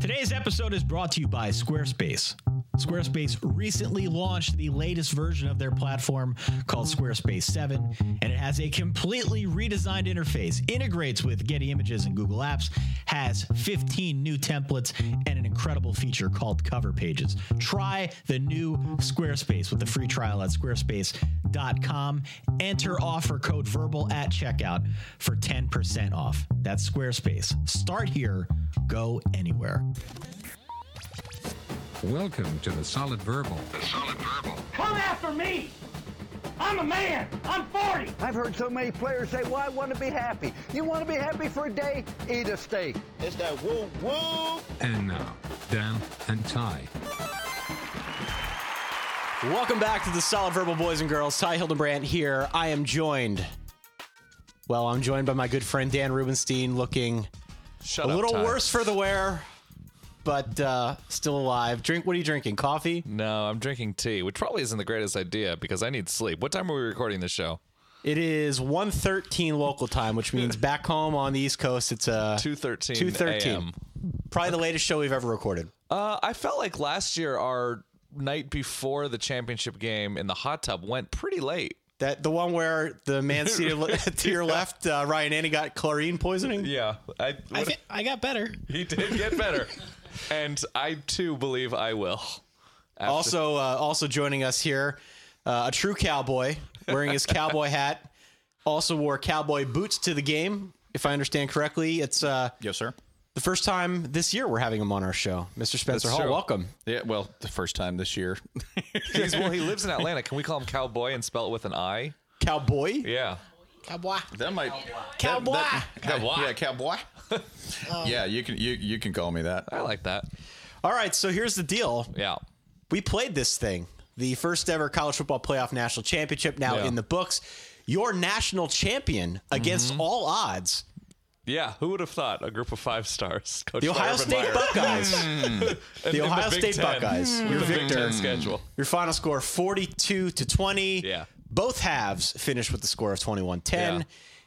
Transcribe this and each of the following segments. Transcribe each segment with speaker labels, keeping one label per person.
Speaker 1: Today's episode is brought to you by Squarespace. Squarespace recently launched the latest version of their platform called Squarespace 7, and it has a completely redesigned interface, integrates with Getty Images and Google Apps, has 15 new templates, and an incredible feature called cover pages. Try the new Squarespace with a free trial at squarespace.com. Enter offer code verbal at checkout for 10% off. That's Squarespace. Start here, go anywhere.
Speaker 2: Welcome to the Solid Verbal.
Speaker 3: Come after me! I'm a man! I'm 40!
Speaker 4: I've heard so many players say, well, I want to be happy. You want to be happy for a day? Eat a steak.
Speaker 5: It's that woo woo.
Speaker 2: And now, Dan and Ty.
Speaker 6: Welcome back to the Solid Verbal Boys and Girls. Ty Hildenbrandt here. I am joined. Well, I'm joined by my good friend Dan Rubenstein, looking
Speaker 7: Shut
Speaker 6: a
Speaker 7: up,
Speaker 6: little
Speaker 7: Ty.
Speaker 6: worse for the wear, but uh, still alive. Drink. What are you drinking? Coffee.
Speaker 7: No, I'm drinking tea, which probably isn't the greatest idea because I need sleep. What time are we recording the show?
Speaker 6: It is 1.13 local time, which means back home on the East Coast, it's uh,
Speaker 7: 2:13 a.m..
Speaker 6: Probably the latest show we've ever recorded.
Speaker 7: Uh, I felt like last year our night before the championship game in the hot tub went pretty late.
Speaker 6: That the one where the man seated le- to your left, uh, Ryan Annie got chlorine poisoning.
Speaker 7: Yeah, I,
Speaker 1: I, thi- I got better.
Speaker 7: he did get better, and I too believe I will. After-
Speaker 6: Also, uh, also joining us here, uh, a true cowboy wearing his cowboy hat. Also wore cowboy boots to the game. If I understand correctly, it's uh,
Speaker 8: Yes, sir.
Speaker 6: the first time this year we're having him on our show, Mr. Spencer
Speaker 7: That's
Speaker 6: Hall.
Speaker 7: true.
Speaker 6: Welcome.
Speaker 8: Yeah, well, the first time this year.
Speaker 7: he's well, he lives in Atlanta. Can we call him Cowboy and spell it with an I?
Speaker 6: Cowboy.
Speaker 7: Yeah,
Speaker 8: That might
Speaker 6: Cowboy.
Speaker 8: cowboy. Yeah, cowboy. yeah, you can you you can call me that.
Speaker 7: I like that.
Speaker 6: All right, so here's the deal.
Speaker 7: Yeah,
Speaker 6: we played this thing the first ever college football playoff national championship now
Speaker 7: Yeah.
Speaker 6: in the books your national champion against
Speaker 7: Mm-hmm.
Speaker 6: all odds
Speaker 7: yeah. Who would have thought a group of five stars? Coach
Speaker 6: the ohio state buckeyes the ohio state buckeyes your
Speaker 7: Your Mm-hmm. Big
Speaker 6: victor
Speaker 7: Ten schedule.
Speaker 6: your final score 42 to 20
Speaker 7: Yeah.
Speaker 6: both halves finished with the score of 21-10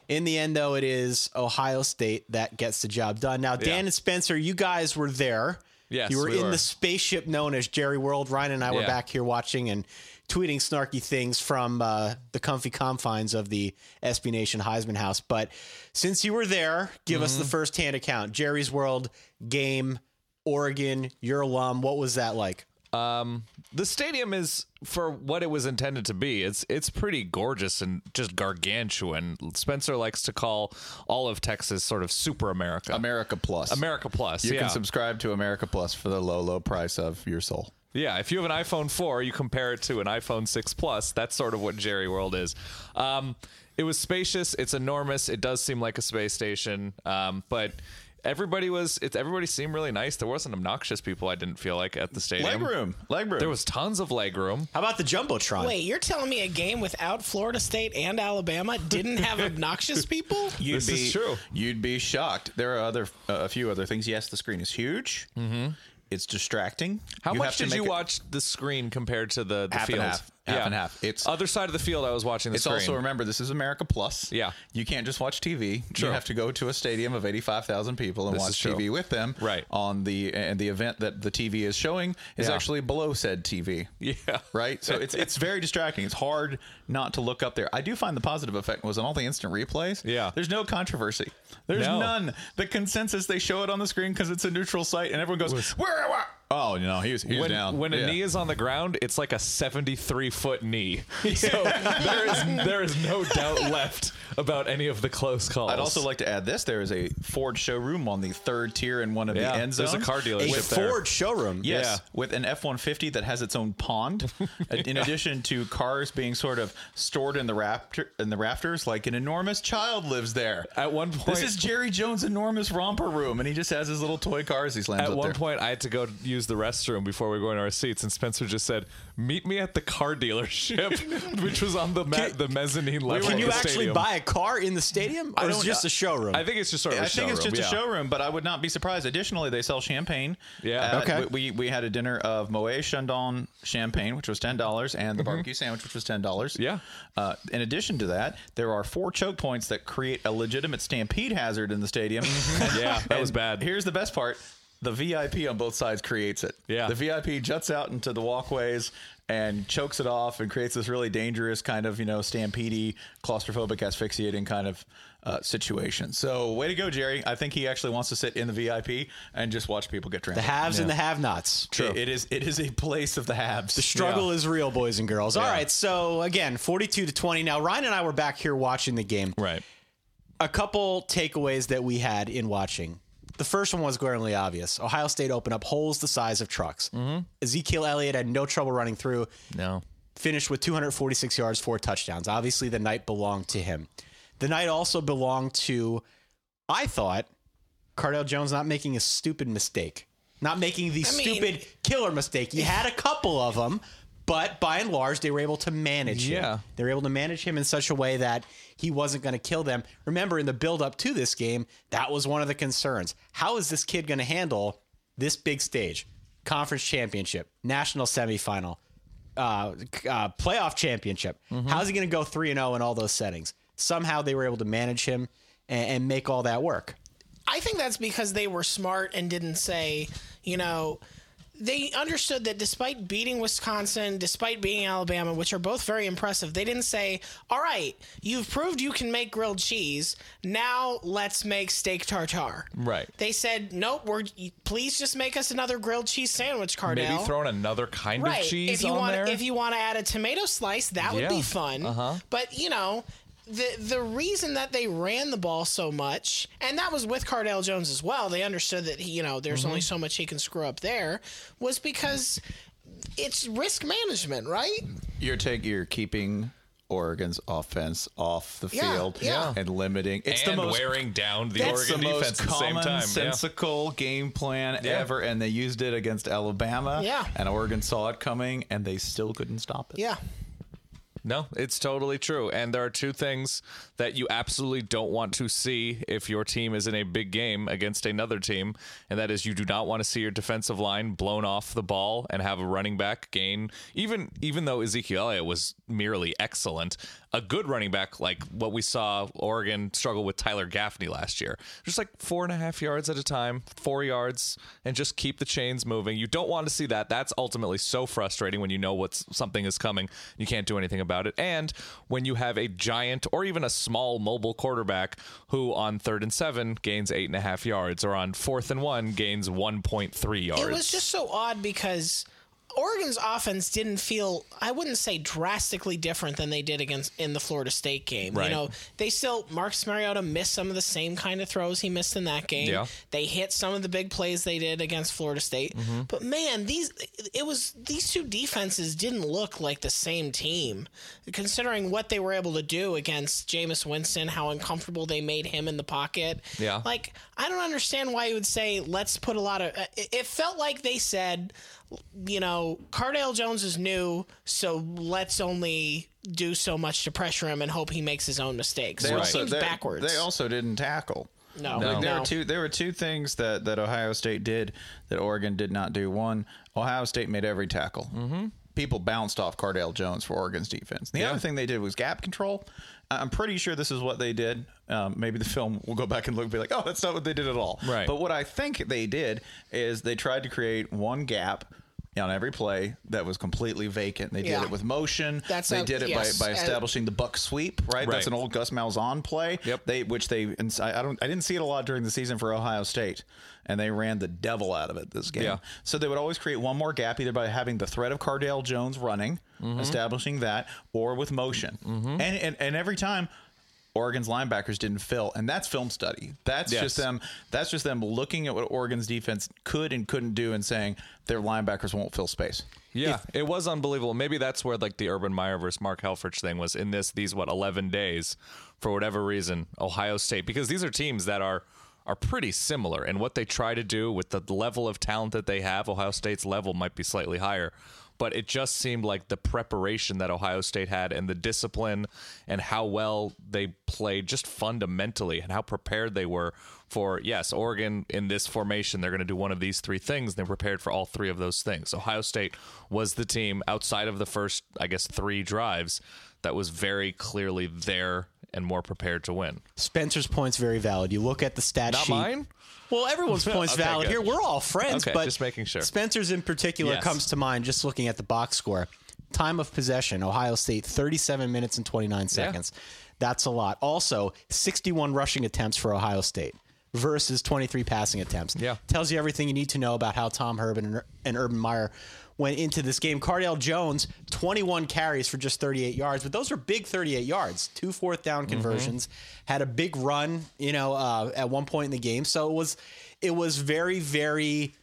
Speaker 6: in the end though it is ohio state that gets the job done now dan
Speaker 7: Yeah.
Speaker 6: and spencer you guys were there
Speaker 7: Yes,
Speaker 6: you were
Speaker 7: we
Speaker 6: in
Speaker 7: were.
Speaker 6: the spaceship known as jerry world ryan and i were
Speaker 7: Yeah.
Speaker 6: back here watching and tweeting snarky things from uh, the comfy confines of the SB Nation Heisman House. But since you were there, give us the
Speaker 7: Mm-hmm.
Speaker 6: first-hand account. Jerry's World game, Oregon, your alum. What was that like?
Speaker 7: Um, the stadium is for what it was intended to be. It's it's pretty gorgeous and just gargantuan. Spencer likes to call all of Texas sort of super America.
Speaker 8: America Plus.
Speaker 7: America Plus.
Speaker 8: You
Speaker 7: yeah.
Speaker 8: can subscribe to America Plus for the low low price of your soul.
Speaker 7: Yeah, if you have an iPhone 4, you compare it to an iPhone 6 Plus. That's sort of what Jerry World is. Um, it was spacious. It's enormous. It does seem like a space station, um, but everybody was. It, everybody seemed really nice. There wasn't obnoxious people. I didn't feel like at the stadium.
Speaker 8: Legroom. Legroom.
Speaker 7: There was tons of leg room.
Speaker 6: How about the jumbotron?
Speaker 9: Wait, you're telling me a game without Florida State and Alabama didn't have obnoxious people?
Speaker 8: You'd
Speaker 7: This is true.
Speaker 8: You'd be shocked. There are other uh, a few other things. Yes, the screen is huge. Mm-hmm. It's distracting.
Speaker 7: How
Speaker 8: You
Speaker 7: much
Speaker 8: have to
Speaker 7: did you
Speaker 8: make a-
Speaker 7: watch the screen compared to the, the
Speaker 8: Half and
Speaker 7: field?
Speaker 8: half. Half and half. It's-
Speaker 7: other side of the field. I was watching the
Speaker 8: It's
Speaker 7: screen.
Speaker 8: also remember this is America Plus.
Speaker 7: Yeah.
Speaker 8: you can't just watch TV.
Speaker 7: True.
Speaker 8: You have to go to a stadium of eighty five thousand people and
Speaker 7: This is
Speaker 8: watch
Speaker 7: true.
Speaker 8: TV with them.
Speaker 7: Right.
Speaker 8: on the and the event that the TV is showing is
Speaker 7: Yeah.
Speaker 8: actually below said TV.
Speaker 7: Yeah.
Speaker 8: right. So it's it's very distracting. It's hard not to look up there. I do find the positive effect was on all the instant replays.
Speaker 7: Yeah.
Speaker 8: there's no controversy. There's
Speaker 7: No.
Speaker 8: none. The consensus they show it on the screen because it's a neutral site and everyone goes where. where? Oh no, he was, he was
Speaker 7: when,
Speaker 8: down.
Speaker 7: when a
Speaker 8: Yeah.
Speaker 7: knee is on the ground, it's like a 73 foot knee. So there is there is no doubt left about any of the close calls.
Speaker 8: I'd also like to add this: there is a Ford showroom on the third tier in one of
Speaker 7: Yeah,
Speaker 8: the end
Speaker 7: there's
Speaker 8: zones.
Speaker 7: a car
Speaker 6: a
Speaker 7: dealership
Speaker 8: With-
Speaker 7: there.
Speaker 6: Ford showroom.
Speaker 8: Yes,
Speaker 7: Yeah.
Speaker 8: with an F one fifty that has its own pond, in addition to cars being sort of stored in the rafter in the rafters, like an enormous child lives there.
Speaker 7: At one point-
Speaker 8: this is Jerry Jones' enormous romper room, and he just has his little toy cars. He slams
Speaker 7: at
Speaker 8: up
Speaker 7: one
Speaker 8: there.
Speaker 7: point, I had to go use the restroom before we were going to our seats, and Spencer just said, "Meet me at the car dealership," which was on the me- the mezzanine level.
Speaker 6: Can
Speaker 7: of
Speaker 6: you
Speaker 7: the
Speaker 6: actually
Speaker 7: stadium.
Speaker 6: buy a car in the stadium, or is it
Speaker 8: don't-
Speaker 6: just a showroom?
Speaker 7: I think it's just sort of.
Speaker 8: I
Speaker 7: a
Speaker 8: think it's
Speaker 7: showroom,
Speaker 8: just a
Speaker 7: yeah.
Speaker 8: showroom, but I would not be surprised. Additionally, they sell champagne.
Speaker 7: Yeah.
Speaker 8: Uh,
Speaker 6: Okay.
Speaker 8: We, we we had a dinner of Moet Chandon champagne, which was ten dollars, and the barbecue sandwich, which was ten dollars.
Speaker 7: Mm-hmm. Yeah.
Speaker 8: Uh, in addition to that, there are four choke points that create a legitimate stampede hazard in the stadium.
Speaker 7: Mm-hmm. Yeah, that was
Speaker 8: And
Speaker 7: bad.
Speaker 8: Here's the best part. the VIP on both sides creates it.
Speaker 7: Yeah.
Speaker 8: The VIP juts out into the walkways and chokes it off and creates this really dangerous kind of, you know, stampede claustrophobic, asphyxiating kind of uh, situation. So, way to go, Jerry. I think he actually wants to sit in the VIP and just watch people get trampled.
Speaker 6: The haves and the have-nots.
Speaker 8: True. it is it is a place of the haves.
Speaker 6: The struggle is real, boys and girls. All right, so again, 42 to 20. Now, Ryan and I were back here watching the game.
Speaker 7: Right.
Speaker 6: A couple takeaways that we had in watching. The first one was glaringly obvious. Ohio State opened up holes the size of trucks.
Speaker 7: Mm-hmm.
Speaker 6: Ezekiel Elliott had no trouble running through,
Speaker 7: No.
Speaker 6: finished with 246 yards, four touchdowns. Obviously, the night belonged to him. The night also belonged to, I thought, Cardell Jones not making a stupid mistake, not making the
Speaker 9: mean-
Speaker 6: stupid killer mistake. He had a couple of them, but by and large, they were able to manage
Speaker 7: Yeah.
Speaker 6: him. They were able to manage him in such a way that he wasn't going to kill them. Remember, in the build-up to this game, that was one of the concerns. How is this kid going to handle this big stage? Conference championship, national semifinal, uh, c- uh, playoff championship.
Speaker 7: Mm-hmm.
Speaker 6: How's he going to go 3 and 0 in all those settings? Somehow they were able to manage him and, and make all that work.
Speaker 9: I think that's because they were smart and didn't say, you know, they understood that despite beating Wisconsin, despite beating Alabama, which are both very impressive, they didn't say, all right, you've proved you can make grilled cheese. Now let's make steak tartare.
Speaker 7: Right.
Speaker 9: They said, nope, we're, please just make us another grilled cheese sandwich, Cardell.
Speaker 7: Maybe throwing another kind
Speaker 9: right.
Speaker 7: of cheese
Speaker 9: if you
Speaker 7: on
Speaker 9: want,
Speaker 7: there.
Speaker 9: If you want to add a tomato slice, that would
Speaker 7: Yeah. uh-huh.
Speaker 9: be fun. But you know, the the reason that they ran the ball so much, and that was with Cardell Jones as well. They understood that he, you know there's
Speaker 7: Mm-hmm.
Speaker 9: only so much he can screw up there, was because it's risk management, right?
Speaker 8: You're taking you're keeping Oregon's offense off the
Speaker 9: Yeah,
Speaker 8: field
Speaker 9: yeah.
Speaker 8: and limiting. It's
Speaker 7: and
Speaker 8: the most
Speaker 7: wearing down the
Speaker 8: That's
Speaker 7: Oregon
Speaker 8: the most
Speaker 7: defense at the same time. Yeah.
Speaker 8: commonsensical game plan
Speaker 7: Yeah.
Speaker 8: ever, and they used it against Alabama.
Speaker 9: Yeah.
Speaker 8: and Oregon saw it coming, and they still couldn't stop it.
Speaker 9: Yeah.
Speaker 7: No, it's totally true. And there are two things that you absolutely don't want to see if your team is in a big game against another team. And that is you do not want to see your defensive line blown off the ball and have a running back gain. Even even though Ezekiel Elliott was merely excellent, a good running back like what we saw Oregon struggle with Tyler Gaffney last year. Just like four and a half yards at a time, four yards, and just keep the chains moving. You don't want to see that. That's ultimately so frustrating when you know what's something is coming. You can't do anything about it. And when you have a giant or even a small mobile quarterback who on third and seven gains eight and a half yards, or on fourth and one gains one point three yards.
Speaker 9: It was just so odd because Oregon's offense didn't feel I wouldn't say drastically different than they did against in the Florida State game.
Speaker 7: Right.
Speaker 9: You know, they still Marcus Mariota missed some of the same kind of throws he missed in that game.
Speaker 7: Yeah.
Speaker 9: They hit some of the big plays they did against Florida State. But man, these it was these two defenses didn't look like the same team considering what they were able to do against Jameis Winston, how uncomfortable they made him in the pocket.
Speaker 7: Yeah.
Speaker 9: Like like I don't understand why you would say let's put a lot of. uh, It it felt like they said, you know, Cardale Jones is new, so let's only do so much to pressure him and hope he makes his own mistakes. So it seems
Speaker 8: they-
Speaker 9: backwards.
Speaker 8: They also didn't tackle.
Speaker 9: no,
Speaker 8: Like, there
Speaker 9: no.
Speaker 8: were two. There were two things that that Ohio State did that Oregon did not do. One, Ohio State made every tackle. Mm-hmm. People bounced off Cardale Jones for Oregon's defense. The other thing they did was gap control. I- I'm pretty sure this is what they did. Um, maybe the film will go back and look and be like, oh, that's not what they did at all.
Speaker 7: Right.
Speaker 8: But what I think they did is they tried to create one gap on every play that was completely vacant. They
Speaker 9: Yeah.
Speaker 8: did it with motion.
Speaker 9: That's
Speaker 8: they
Speaker 9: a-
Speaker 8: did it
Speaker 9: yes, Uh,
Speaker 8: by, by
Speaker 9: and-
Speaker 8: establishing the buck sweep, right?
Speaker 7: Right.
Speaker 8: That's an old Gus Malzahn play.
Speaker 7: Yep.
Speaker 8: They which they and I I don't I didn't see it a lot during the season for Ohio State, and they ran the devil out of it this game.
Speaker 7: Yeah.
Speaker 8: So they would always create one more gap either by having the threat of Cardale Jones running,
Speaker 7: Mm-hmm.
Speaker 8: establishing that, or with motion, and, and and every time. Oregon's linebackers didn't fill, and that's film study. That's
Speaker 7: Yes.
Speaker 8: just them. That's just them looking at what Oregon's defense could and couldn't do, and saying their linebackers won't fill space.
Speaker 7: Yeah, it was unbelievable. Maybe that's where like the Urban Meyer versus Mark Helfrich thing was in this these what eleven days for whatever reason Ohio State because these are teams that are are pretty similar and what they try to do with the level of talent that they have. Ohio State's level might be slightly higher, but it just seemed like the preparation that Ohio State had and the discipline and how well they played just fundamentally and how prepared they were for yes, Oregon in this formation they're going to do one of these three things. They're prepared for all three of those things. Ohio State was the team outside of the first I guess 3 drives that was very clearly their and more prepared to win.
Speaker 6: Spencer's point's very valid. You look at the stat
Speaker 7: Not
Speaker 6: sheet.
Speaker 7: mine.
Speaker 6: Well, everyone's point's
Speaker 7: Okay,
Speaker 6: valid
Speaker 7: good.
Speaker 6: here. We're all friends,
Speaker 7: Okay,
Speaker 6: but
Speaker 7: just making sure.
Speaker 6: Spencer's in particular
Speaker 7: Yes.
Speaker 6: comes to mind just looking at the box score. Time of possession, Ohio State 37 minutes and 29 seconds. That's a lot. Also, 61 rushing attempts for Ohio State versus 23 passing attempts.
Speaker 7: Yeah.
Speaker 6: Tells you everything you need to know about how Tom Herman and, and Urban Meyer went into this game. Cardell Jones, 21 carries for just 38 yards, but those are big 38 yards. Two fourth
Speaker 7: Mm-hmm.
Speaker 6: down conversions, had a big run, you know, uh, at one point in the game. So it was, it was very, very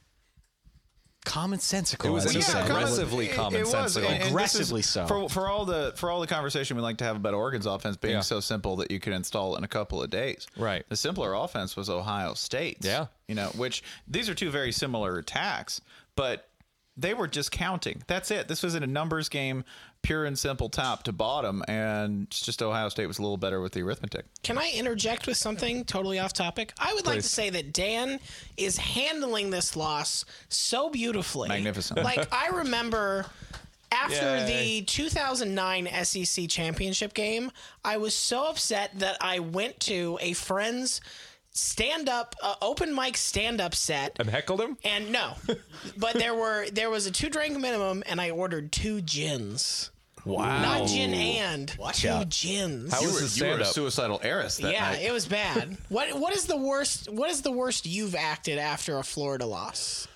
Speaker 6: common sensical.
Speaker 7: It was
Speaker 6: as you
Speaker 7: yeah,
Speaker 6: said.
Speaker 7: aggressively
Speaker 8: was,
Speaker 7: commonsensical.
Speaker 8: and- and this is-
Speaker 6: Aggressively so.
Speaker 8: For, for all the for all the conversation we like to have about Oregon's offense being
Speaker 7: Yeah.
Speaker 8: so simple that you could install in a couple of days,
Speaker 7: Right.
Speaker 8: The simpler offense was Ohio State's.
Speaker 7: Yeah.
Speaker 8: you know, which these are two very similar attacks, but they were just counting. That's it. This was in a numbers game, pure and simple, top to bottom, and it's just Ohio State was a little better with the arithmetic.
Speaker 9: Can I interject with something totally off topic? I would like to say that Dan is handling this loss so beautifully.
Speaker 8: Magnificent.
Speaker 9: Like, I remember after
Speaker 7: Yay.
Speaker 9: the 2009 SEC E championship game, I was so upset that I went to a friend's stand up, uh, open mic stand up set.
Speaker 7: And heckled him.
Speaker 9: And no, but there were there was a two drink minimum, and I ordered two gins. Wow, not gin and two gins.
Speaker 7: How was the
Speaker 8: You were a
Speaker 7: stand-up?
Speaker 8: suicidal heiress that
Speaker 9: yeah,
Speaker 8: night.
Speaker 9: it was bad. What what is the worst? What is the worst you've acted after a Florida loss?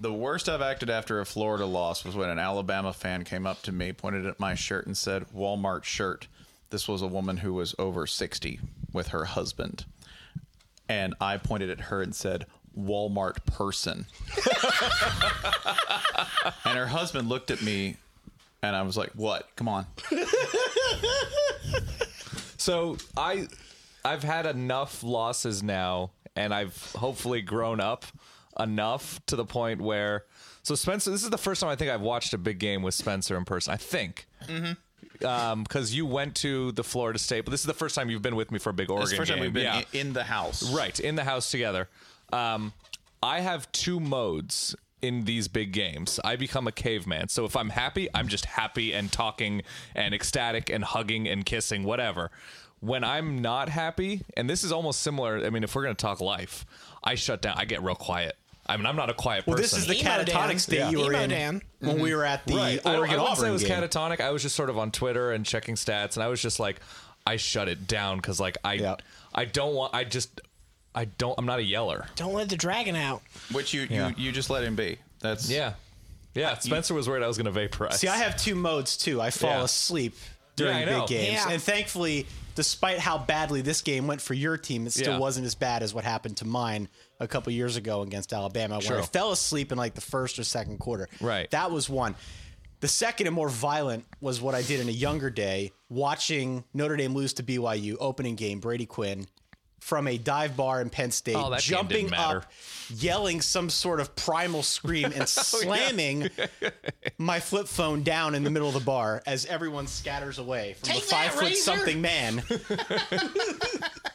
Speaker 8: The worst I've acted after a Florida loss was when an Alabama fan came up to me, pointed at my shirt, and said, Walmart shirt. This was a woman who was over 60 with her husband. And I pointed at her and said, Walmart person. and her husband looked at me and I was like, What? Come on.
Speaker 7: So I, I've had enough losses now, and I've hopefully grown up enough to the point where. So Spencer, this is the first time I think I've watched a big game with Spencer in person. I think.
Speaker 8: Mm-hmm.
Speaker 7: Um, because you went to the Florida State, but this is the first time you've been with me for a big Oregon
Speaker 8: It's the first
Speaker 7: game.
Speaker 8: time we've been
Speaker 7: yeah.
Speaker 8: i- in the house.
Speaker 7: Right, in the house together. Um, I have two modes in these big games. I become a caveman. So if I'm happy, I'm just happy and talking and ecstatic and hugging and kissing, whatever. When I'm not happy, and this is almost similar, I mean, if we're going to talk life, I shut down, I get real quiet. I mean, I'm not a quiet person.
Speaker 6: Well, this is the
Speaker 9: Emo Dan.
Speaker 6: catatonic state you were
Speaker 9: Emo
Speaker 6: in
Speaker 9: Dan.
Speaker 7: Mm-hmm.
Speaker 6: when we were at the
Speaker 7: right. I, I
Speaker 6: Oregon
Speaker 7: wouldn't say it
Speaker 6: Auburn
Speaker 7: was
Speaker 6: game.
Speaker 7: catatonic. I was just sort of on Twitter and checking stats, and I was just like, I shut it down because like I,
Speaker 6: Yeah.
Speaker 7: I don't want. I just, I don't. I'm not a yeller.
Speaker 9: Don't let the dragon out.
Speaker 8: Which you,
Speaker 7: Yeah.
Speaker 8: you, you just let him be. That's
Speaker 7: Yeah. Yeah, Spencer was worried I was going to vaporize.
Speaker 6: See, I have two modes too. I fall
Speaker 7: Yeah.
Speaker 6: asleep during
Speaker 7: Yeah, I know.
Speaker 6: big games,
Speaker 9: Yeah.
Speaker 6: and thankfully, despite how badly this game went for your team, it still
Speaker 7: Yeah.
Speaker 6: wasn't as bad as what happened to mine a couple years ago against Alabama, where
Speaker 7: True.
Speaker 6: I fell asleep in like the first or second quarter.
Speaker 7: Right.
Speaker 6: that was one. The second and more violent was what I did in a younger day, watching Notre Dame lose to BYU opening game. Brady Quinn from a dive bar in Penn State,
Speaker 7: Oh, that game didn't
Speaker 6: jumping
Speaker 7: matter. Oh,
Speaker 6: up, yelling some sort of primal scream and slamming my flip phone down in the middle of the bar as everyone scatters away from
Speaker 9: Take
Speaker 6: the
Speaker 9: that,
Speaker 6: five foot
Speaker 9: Razor!
Speaker 6: something man.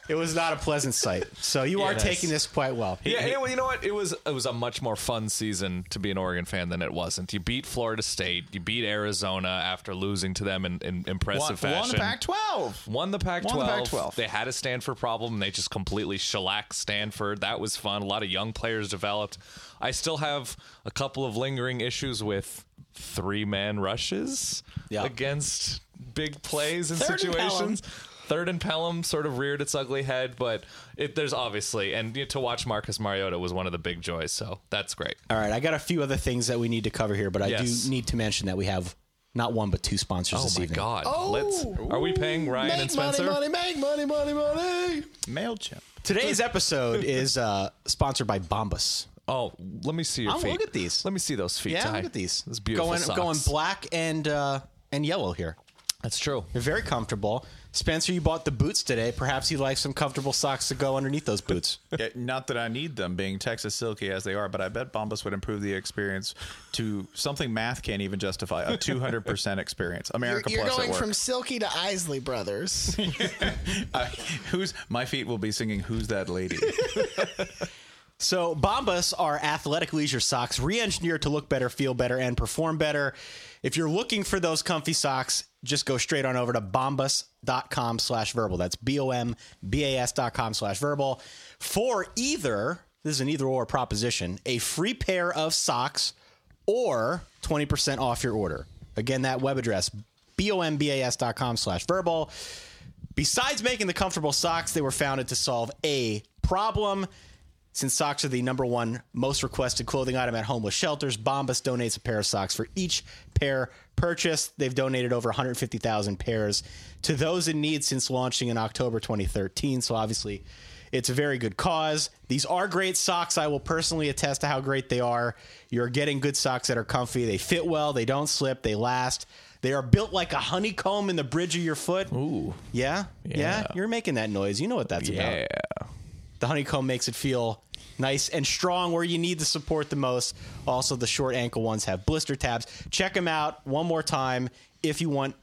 Speaker 6: it was not a pleasant sight. So you are
Speaker 7: Yes.
Speaker 6: taking this quite well.
Speaker 7: Yeah, and it- you know what? It was it was a much more fun season to be an Oregon fan than it wasn't. You beat Florida State, you beat Arizona after losing to them in, in
Speaker 8: Won,
Speaker 7: impressive
Speaker 8: won
Speaker 7: fashion.
Speaker 8: the Pac 12.
Speaker 7: Won the Pac-12.
Speaker 8: Won the Pac-12.
Speaker 7: They had a Stanford problem, and they just completely shellacked Stanford. That was fun. A lot of young players developed. I still have a couple of lingering issues with three-man rushes
Speaker 6: Yeah.
Speaker 7: against big plays and
Speaker 9: Third and
Speaker 7: situations. Third and Pelham sort of reared its ugly head, but it, there's obviously and you know, to watch Marcus Mariota was one of the big joys. So that's great.
Speaker 6: All right, I got a few other things that we need to cover here, but I
Speaker 7: Yes.
Speaker 6: do need to mention that we have not one but two sponsors
Speaker 7: Oh
Speaker 6: this
Speaker 7: my
Speaker 6: evening.
Speaker 7: God! Let's, are we paying Ryan and Spencer?
Speaker 8: Oh, make money, money, money. MailChimp.
Speaker 6: Today's episode is uh, sponsored by Bombas.
Speaker 7: Oh, let me see your
Speaker 6: Oh,
Speaker 7: feet.
Speaker 6: look at these.
Speaker 7: Let me see those feet.
Speaker 6: Yeah,
Speaker 7: Ty.
Speaker 6: look at these.
Speaker 7: Those beautiful
Speaker 6: going,
Speaker 7: socks.
Speaker 6: Going black and uh, and yellow here.
Speaker 7: That's true.
Speaker 6: They're very comfortable. Spencer, you bought the boots today. Perhaps you'd like some comfortable socks to go underneath those boots.
Speaker 8: Yeah, not that I need them being Texas silky as they are, but I bet Bombas would improve the experience to something math can't even justify a 200% experience.
Speaker 9: You're,
Speaker 8: America
Speaker 9: you're
Speaker 8: plus
Speaker 9: going
Speaker 8: at work.
Speaker 9: from Silky to Isley Brothers.
Speaker 8: I- who's my feet will be singing who's that lady.
Speaker 6: So Bombas are athletic leisure socks re-engineered to look better, feel better, and perform better. If you're looking for those comfy socks, just go straight on over to bombas.com slash verbal. That's B-O-M-B-A-S dot com slash verbal. For either, this is an either or proposition, a free pair of socks or 20% off your order. Again, that web address, B-O-M-B-A-S dot com slash verbal. Besides making the comfortable socks, they were founded to solve a problem. Since socks are the number one most requested clothing item at homeless shelters, Bombas donates a pair of socks for each pair purchased. They've donated over 150,000 pairs to those in need since launching in October 2013. So obviously, e- it's a very good cause. These are great socks. I will personally attest to how great they are. You're getting good socks that are comfy. They fit well, they don't slip, they last. They are built like a honeycomb in the bridge of your foot. Ooh. Yeah? Yeah. You're making that noise. You know what that's about.
Speaker 7: Yeah.
Speaker 6: The honeycomb makes it feel nice and strong where you need the support the most. Also, the short ankle ones have blister tabs. Check them out one more time if you want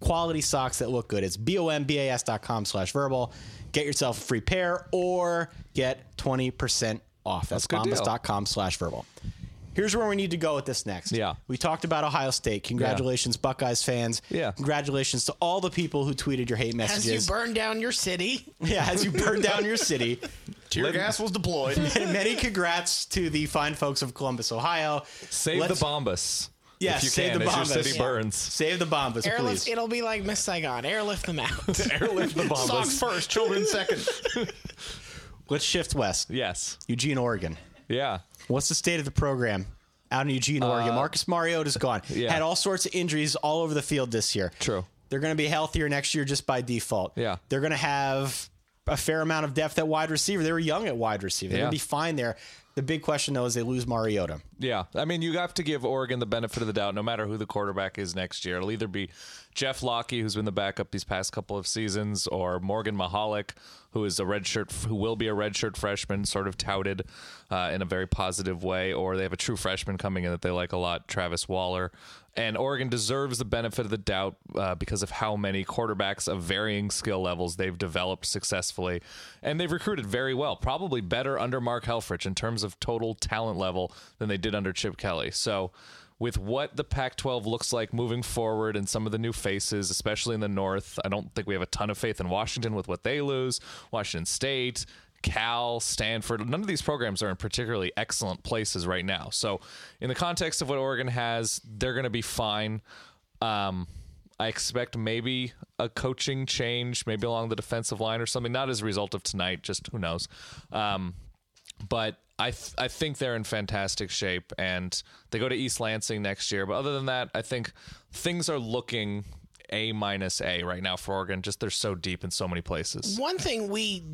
Speaker 6: quality socks that look good. It's bombas dot com slash verbal. Get yourself a free pair or get 20% off. That's,
Speaker 7: good deal.
Speaker 6: Bombas dot com slash verbal. Here's where we need to go with this next.
Speaker 7: Yeah.
Speaker 6: We talked about Ohio State. Congratulations, Buckeyes fans.
Speaker 7: Yeah.
Speaker 6: Congratulations to all the people who tweeted your hate
Speaker 9: As
Speaker 6: messages.
Speaker 9: you burn down your city,
Speaker 6: yeah, as you burn down your city.
Speaker 8: Tear gas was deployed.
Speaker 6: And many congrats to the fine folks of Columbus, Ohio.
Speaker 7: Save
Speaker 6: Let's-
Speaker 7: the Bombas.
Speaker 6: Yeah,
Speaker 7: if you
Speaker 6: save
Speaker 7: can,
Speaker 6: the
Speaker 7: as your
Speaker 6: Bombas.
Speaker 7: city
Speaker 6: Yeah.
Speaker 7: burns.
Speaker 6: Save the Bombas,
Speaker 9: airlift.
Speaker 6: please.
Speaker 9: It'll be like Miss Saigon. Airlift them out.
Speaker 7: Airlift the Bombas.
Speaker 8: Socks first, children second.
Speaker 6: Let's shift west.
Speaker 7: Yes.
Speaker 6: Eugene, Oregon.
Speaker 7: Yeah.
Speaker 6: What's the state of the program out in Eugene, Oregon? Marcus Mariota's gone.
Speaker 7: Uh, yeah.
Speaker 6: Had all sorts of injuries all over the field this year.
Speaker 7: True.
Speaker 6: They're going to be healthier next year just by default.
Speaker 7: Yeah.
Speaker 6: They're going to have a fair amount of depth at wide receiver. They were young at wide receiver. They're
Speaker 7: Yeah.
Speaker 6: going to be fine there. The big question, though, is they lose Mariota.
Speaker 7: Yeah. I mean, you have to give Oregon the benefit of the doubt, no matter who the quarterback is next year. It'll either be Jeff Locke, who's been the backup these past couple of seasons, or Morgan Mahalik, who is a redshirt, who will be a redshirt freshman, sort of touted uh, in a very positive way, or they have a true freshman coming in that they like a lot, Travis Waller. And Oregon deserves the benefit of the doubt uh, because of how many quarterbacks of varying skill levels they've developed successfully. And they've recruited very well, probably better under Mark Helfrich in terms of total talent level than they did under Chip Kelly. So, with what the Pac 12 looks like moving forward and some of the new faces, especially in the North, I don't think we have a ton of faith in Washington with what they lose, Washington State. Cal, Stanford, none of these programs are in particularly excellent places right now. So, in the context of what Oregon has, they're going to be fine. Um, I expect maybe a coaching change, maybe along the defensive line or something, not as a result of tonight, just who knows. Um, but I, th- I think they're in fantastic shape and they go to East Lansing next year. But other than that, I think things are looking A minus A right now for Oregon. Just they're so deep in so many places.
Speaker 9: One thing we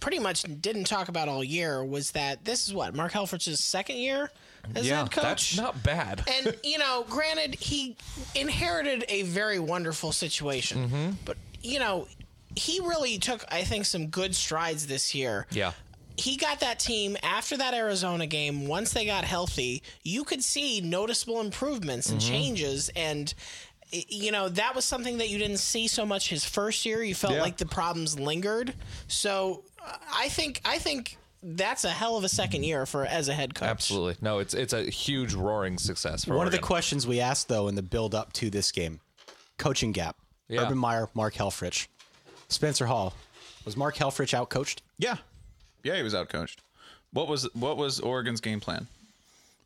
Speaker 9: pretty much didn't talk about all year was that this is what Mark Helfrich's second year as head coach.
Speaker 7: that's not bad.
Speaker 9: and you know, granted, he inherited a very wonderful situation,
Speaker 7: Mm-hmm.
Speaker 9: but you know, he really took, I think, some good strides this year.
Speaker 7: yeah.
Speaker 9: He got that team after that Arizona game. Once they got healthy, you could see noticeable improvements
Speaker 7: Mm-hmm.
Speaker 9: and changes, and y- you know that was something that you didn't see so much his first year. You felt
Speaker 7: Yeah.
Speaker 9: like the problems lingered. So uh, I think I think that's a hell of a second year for as a head coach.
Speaker 7: Absolutely. No, it's it's a huge roaring success for
Speaker 6: One of the
Speaker 7: Oregon.
Speaker 6: questions we asked though in the build up to this game, coaching gap.
Speaker 7: Yeah.
Speaker 6: Urban Meyer, Mark Helfrich, Spencer Hall. Was Mark Helfrich out coached?
Speaker 8: Yeah, yeah, he was outcoached. What was what was Oregon's game plan?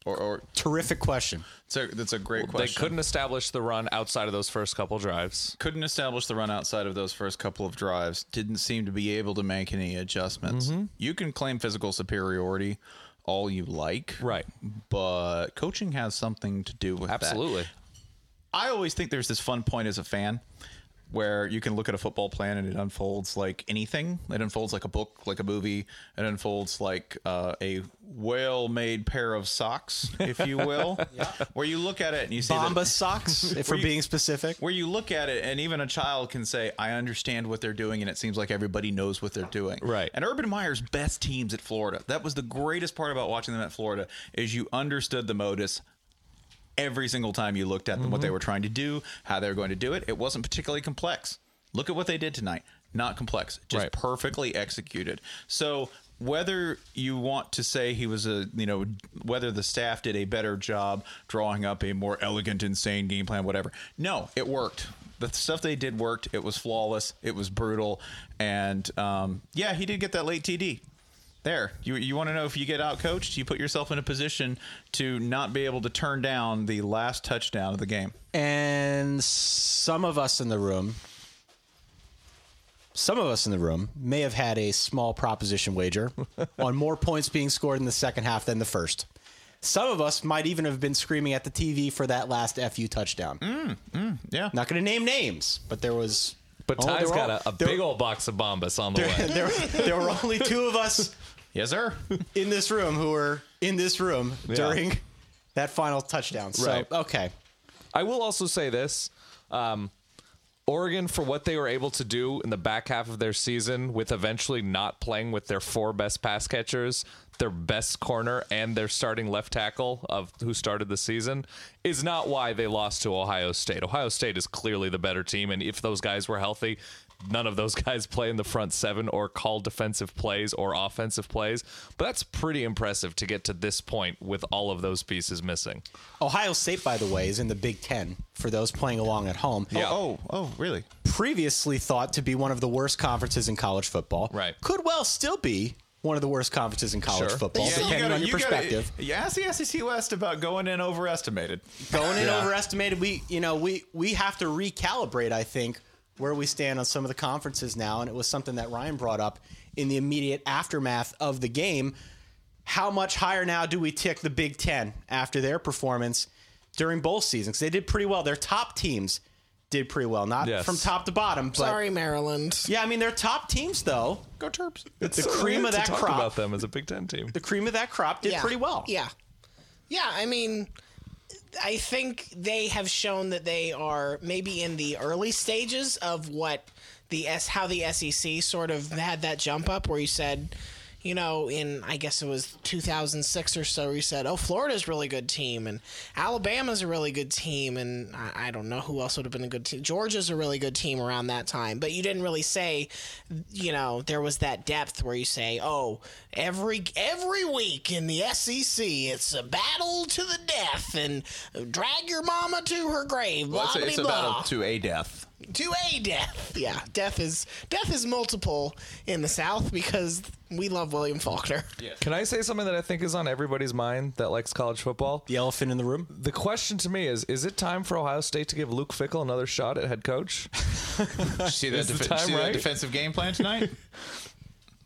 Speaker 8: Or, or
Speaker 6: Terrific question.
Speaker 8: it's a, that's a great
Speaker 7: they
Speaker 8: question.
Speaker 7: couldn't establish the run outside of those first couple drives.
Speaker 8: couldn't establish the run outside of those first couple of drives. Didn't seem to be able to make any adjustments.
Speaker 6: Mm-hmm.
Speaker 8: You can claim physical superiority all you like,
Speaker 7: Right.
Speaker 8: But coaching has something to do with that.
Speaker 7: Absolutely.
Speaker 8: I always think there's this fun point as a fan where you can look at a football plan and it unfolds like anything. It unfolds like a book, like a movie. It unfolds like uh, a well-made pair of socks, if you will. Where you look at it and you see that-
Speaker 6: Bomba socks, if we're
Speaker 8: you-
Speaker 6: being specific.
Speaker 8: where you look at it and even a child can say i understand what they're doing and it seems like everybody knows what they're doing
Speaker 7: Right.
Speaker 8: and urban meyer's best teams at florida that was the greatest part about watching them at florida is you understood the modus every single time you looked at them what they were trying to do how they were going to do it it wasn't particularly complex look at what they did tonight not complex just
Speaker 7: Right.
Speaker 8: perfectly executed so whether you want to say he was a you know whether the staff did a better job drawing up a more elegant insane game plan whatever no it worked the stuff they did worked it was flawless it was brutal and um, yeah he did get that late td there you, you want to know if you get out coached you put yourself in a position to not be able to turn down the last touchdown of the game
Speaker 6: And some of us in the room, some of us in the room may have had a small proposition wager on more points being scored in the second half than the first. Some of us might even have been screaming at the TV for that last FU touchdown.
Speaker 7: Mm,
Speaker 8: yeah
Speaker 6: Not going to name names, but there was.
Speaker 7: But
Speaker 6: Oh,
Speaker 7: Ty's
Speaker 6: they're
Speaker 7: got
Speaker 6: all-
Speaker 7: a, a
Speaker 6: they're-
Speaker 7: big old box of Bombas on the way.
Speaker 6: there, there were only two of us
Speaker 8: yes sir Oh,
Speaker 6: in this room who were in this room during that final touchdown. So,
Speaker 7: Right.
Speaker 6: okay.
Speaker 7: I will also say this. Um, Oregon, for what they were able to do in the back half of their season with eventually not playing with their four best pass catchers, their best corner, and their starting left tackle of who started the season, is not why they lost to Ohio State. Ohio State is clearly the better team, and if those guys were healthy, none of those guys play in the front seven or call defensive plays or offensive plays. But that's pretty impressive to get to this point with all of those pieces missing.
Speaker 6: Ohio State, by the way, is in the Big Ten for those playing along at home.
Speaker 8: oh oh really
Speaker 6: previously thought to be one of the worst conferences in college football.
Speaker 7: Right.
Speaker 6: Could well still be one of the worst conferences in college
Speaker 7: Sure.
Speaker 6: football,
Speaker 8: Yeah, you
Speaker 6: depending
Speaker 8: gotta-
Speaker 6: on your
Speaker 8: you gotta-
Speaker 6: perspective.
Speaker 8: you ask the SEC West about going in overestimated.
Speaker 6: Going in overestimated, we you know, we we have to recalibrate, I think, where we stand on some of the conferences now. And it was something that Ryan brought up in the immediate aftermath of the game. How much higher now do we tick the Big Ten after their performance during bowl season? Because they did pretty well. Their top teams did pretty well, not
Speaker 7: Yes.
Speaker 6: from top to bottom. But
Speaker 9: Sorry, Maryland.
Speaker 6: yeah, I mean they're top teams though.
Speaker 8: Go Terps.
Speaker 6: the cream of that
Speaker 7: talk
Speaker 6: crop.
Speaker 7: about them as a Big Ten team.
Speaker 6: the cream of that crop did
Speaker 9: Yeah.
Speaker 6: pretty well.
Speaker 9: Yeah. Yeah, I mean, I think they have shown that they are maybe in the early stages of what the S how the SEC sort of had that jump up where you said, you know, in I guess it was 2006 or so, where you said, "Oh, Florida's a really good team," and Alabama's a really good team, and I, I don't know who else would have been a good team. Georgia's a really good team around that time, but you didn't really say, you know, there was that depth where you say, "Oh, every every week in the SEC, it's a battle to the death, and drag your mama to her grave." Blah,
Speaker 8: Well, it's, a- it's
Speaker 9: blah,
Speaker 8: a battle
Speaker 9: blah
Speaker 8: to a death.
Speaker 9: to a death. Yeah, death is death is multiple in the South because we love William Faulkner.
Speaker 7: Can I say something that I think is on everybody's mind that likes college football?
Speaker 6: The elephant in the room.
Speaker 7: The question to me is: Is it time for Ohio State to give Luke Fickle another shot at head coach?
Speaker 8: See that,
Speaker 7: Is the time right?
Speaker 8: defensive game plan tonight?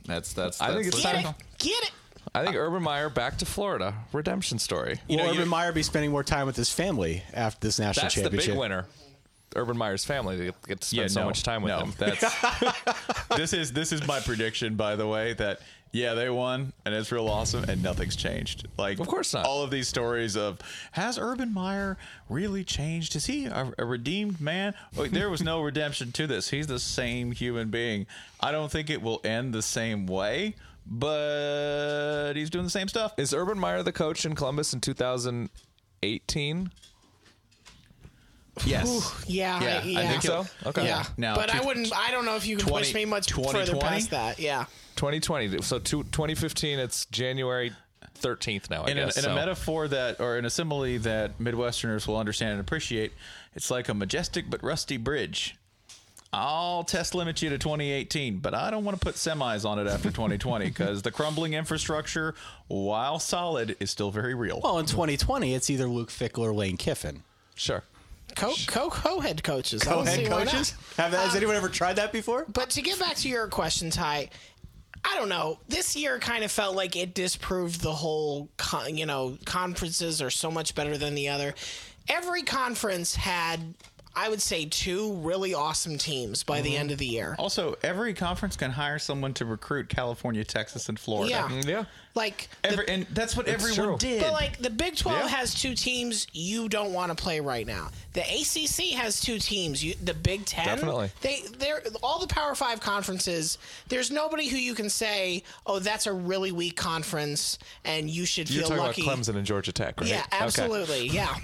Speaker 8: that's, that's that's.
Speaker 7: I think it's
Speaker 8: that's-
Speaker 7: time.
Speaker 9: Get it?
Speaker 7: I
Speaker 8: Uh,
Speaker 7: think Urban Meyer back to Florida, redemption story.
Speaker 6: You
Speaker 8: know,
Speaker 6: Urban
Speaker 8: you-
Speaker 6: Meyer be spending more time with his family after this national
Speaker 7: That's the
Speaker 6: championship?
Speaker 7: big winner. Urban Meyer's family they get to spend
Speaker 8: Yeah,
Speaker 7: so
Speaker 8: no,
Speaker 7: much time with
Speaker 8: no,
Speaker 7: him.
Speaker 8: That's this is this is my prediction, by the way. That yeah, they won and it's real awesome, and nothing's changed. Like
Speaker 7: Of course not.
Speaker 8: All of these stories of has Urban Meyer really changed? Is he a, a redeemed man? Oh, there was no redemption to this. He's the same human being. I don't think it will end the same way, but he's doing the same stuff.
Speaker 7: Is Urban Meyer the coach in Columbus in 2018?
Speaker 8: yes.
Speaker 9: Yeah,
Speaker 8: Yeah,
Speaker 9: yeah.
Speaker 8: I think so. Okay.
Speaker 9: Yeah,
Speaker 8: Now,
Speaker 9: but
Speaker 8: two-
Speaker 9: I wouldn't. I don't know if you can
Speaker 8: 20
Speaker 9: push me much
Speaker 8: 2020?
Speaker 9: further past that. Yeah,
Speaker 7: 2020. So two, 2015. It's January 13th now. I
Speaker 8: in,
Speaker 7: guess.
Speaker 8: a, in
Speaker 7: so.
Speaker 8: a metaphor that or an assembly that midwesterners will understand and appreciate it's like a majestic but rusty bridge i'll test limit you to 2018 but i don't want to put semis on it after 2020 because the crumbling infrastructure while solid is still very real
Speaker 6: Well, in 2020, it's either Luke Fickle or Lane Kiffin.
Speaker 7: sure.
Speaker 9: co co co head coaches. I don't see why not. Um,
Speaker 6: Have, has anyone ever tried that before?
Speaker 9: But to get back to your question, Ty, I don't know. This year kind of felt like it disproved the whole, con- you know, conferences are so much better than the other. Every conference had, I would say, two really awesome teams by the end of the year.
Speaker 8: also every conference can hire someone to recruit california texas and florida
Speaker 9: Yeah.
Speaker 7: Yeah.
Speaker 9: Like, the-
Speaker 8: Every, and that's what everyone
Speaker 7: true.
Speaker 8: did
Speaker 9: but like the Big 12
Speaker 8: Yeah.
Speaker 9: has two teams you don't want to play right now. The ACC has two teams. You, the Big 10
Speaker 7: Definitely.
Speaker 9: They they're all the Power 5 conferences. There's nobody who you can say, "Oh, that's a really weak conference and you should
Speaker 7: You're
Speaker 9: feel
Speaker 7: talking
Speaker 9: lucky."
Speaker 7: about Clemson and Georgia Tech, right?
Speaker 9: Yeah,
Speaker 7: Okay.
Speaker 9: absolutely. Yeah.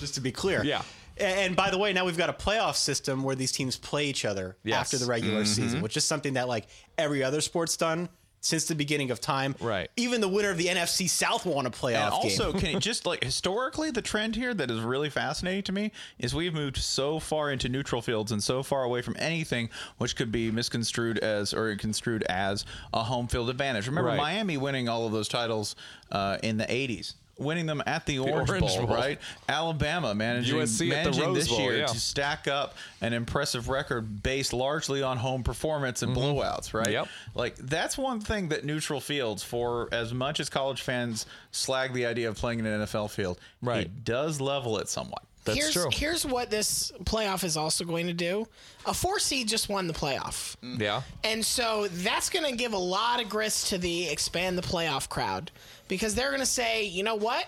Speaker 6: Just to be clear.
Speaker 7: Yeah.
Speaker 6: A- And by the way, now we've got a playoff system where these teams play each other
Speaker 7: Yes.
Speaker 6: Mm-hmm. after the regular season, which is something that like every other sport's done. since the beginning of time.
Speaker 7: Right.
Speaker 6: Even the winner of the NFC South won a playoff
Speaker 8: And also,
Speaker 6: game.
Speaker 8: can you just like historically, the trend here that is really fascinating to me is we've moved so far into neutral fields and so far away from anything which could be misconstrued as or construed as a home field advantage. Remember
Speaker 7: Right.
Speaker 8: Miami winning all of those titles uh, in the 80s. Winning them at the Orange,
Speaker 7: Orange
Speaker 8: Bowl,
Speaker 7: Bowl.
Speaker 8: right? Alabama managing,
Speaker 7: USC at the
Speaker 8: managing
Speaker 7: Rose
Speaker 8: this
Speaker 7: Bowl,
Speaker 8: year
Speaker 7: yeah.
Speaker 8: to stack up an impressive record based largely on home performance and blowouts, right?
Speaker 7: Mm-hmm. Yep.
Speaker 8: Like that's one thing that neutral fields, for as much as college fans slag the idea of playing in an NFL field,
Speaker 7: Right.
Speaker 8: it does level it somewhat.
Speaker 7: That's
Speaker 9: here's,
Speaker 7: true.
Speaker 9: Here's what this playoff is also going to do. A four seed just won the playoff.
Speaker 7: Yeah.
Speaker 9: And so that's going to give a lot of grist to the expand the playoff crowd because they're going to say, you know what?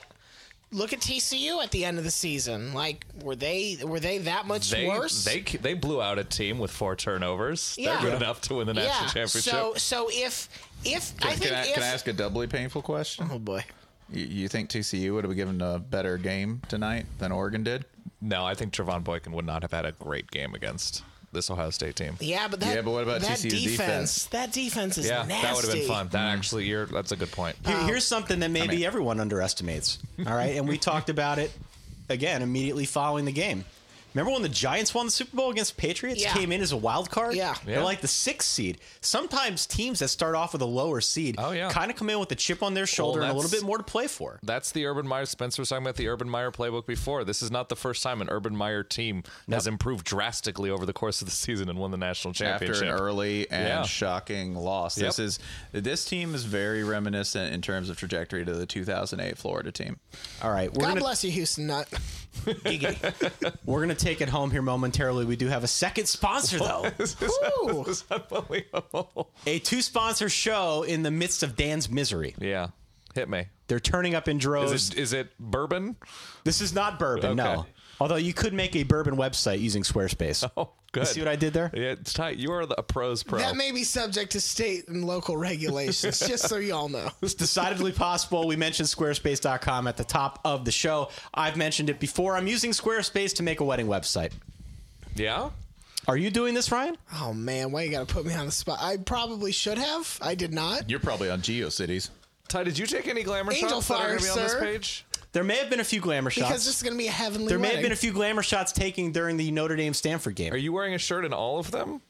Speaker 9: Look at TCU at the end of the season. Like, were they were they that much
Speaker 7: They,
Speaker 9: worse?
Speaker 7: they they blew out a team with four turnovers.
Speaker 9: Yeah.
Speaker 7: They're good enough to win the national championship.
Speaker 9: So so if if I think
Speaker 8: can, I,
Speaker 9: if
Speaker 8: can I ask a doubly painful question?
Speaker 9: oh boy,
Speaker 8: You, you think TCU would have given a better game tonight than Oregon did?
Speaker 7: no, I think Trevon Boykin would not have had a great game against this Ohio State team.
Speaker 9: yeah, but that
Speaker 8: Yeah, but what about
Speaker 9: that
Speaker 8: TCU's defense?
Speaker 9: That defense is
Speaker 7: Yeah,
Speaker 9: nasty. Uh,
Speaker 7: that would have been fun.
Speaker 6: Mm.
Speaker 7: That actually, you're, that's a good point.
Speaker 6: Here- here's something that maybe everyone underestimates. All right. And we talked about it again immediately following the game. Remember when the Giants won the Super Bowl against Patriots?
Speaker 9: Yeah.
Speaker 6: Came in as a wild card?
Speaker 9: Yeah.
Speaker 6: They're
Speaker 7: Yeah.
Speaker 6: like the sixth seed. Sometimes teams that start off with a lower seed
Speaker 7: Oh, yeah.
Speaker 6: kind of come in with a chip on their shoulder and a little
Speaker 7: that's-
Speaker 6: bit more to play for.
Speaker 7: That's the Urban Meyer. Spencer was talking about the Urban Meyer playbook before. This is not the first time an Urban Meyer team has improved drastically over the course of the season and won the national championship.
Speaker 8: After an early and
Speaker 7: Yeah.
Speaker 8: shocking loss, this
Speaker 7: Yep.
Speaker 8: is this team is very reminiscent in terms of trajectory to the 2008 Florida team.
Speaker 6: All right. We're
Speaker 9: God
Speaker 6: gonna,
Speaker 9: bless you, Houston Nut.
Speaker 6: We're going to take it home here momentarily. We do have a second sponsor, though.
Speaker 9: Woo.
Speaker 7: This is unbelievable.
Speaker 6: a two sponsor show in the midst of Dan's misery.
Speaker 7: Yeah, hit me.
Speaker 6: They're turning up in droves.
Speaker 7: Is it, is it bourbon?
Speaker 6: this is not bourbon, no.
Speaker 7: Okay.
Speaker 6: Although you could make a bourbon website using Squarespace.
Speaker 7: Oh, good.
Speaker 6: see what I did there?
Speaker 7: Yeah, it's tight. You are the, a pro's pro.
Speaker 9: That may be subject to state and local regulations, just so y'all know.
Speaker 6: It's decidedly possible. We mentioned squarespace.com at the top of the show. I've mentioned it before. I'm using Squarespace to make a wedding website.
Speaker 7: yeah.
Speaker 6: Are you doing this, Ryan?
Speaker 9: Oh man, why you gotta put me on the spot? I probably should have. I did not.
Speaker 8: You're probably on GeoCities.
Speaker 7: Ty, did you take any glamour
Speaker 9: Angel
Speaker 7: shots that are
Speaker 9: fire,
Speaker 7: going to be on this
Speaker 9: sir.
Speaker 7: page?
Speaker 6: There may have been a few glamour shots.
Speaker 9: Because this is gonna be a heavenly.
Speaker 6: there may
Speaker 9: wedding.
Speaker 6: have been a few glamour shots taken during the Notre Dame Stanford game.
Speaker 7: Are you wearing a shirt in all of them?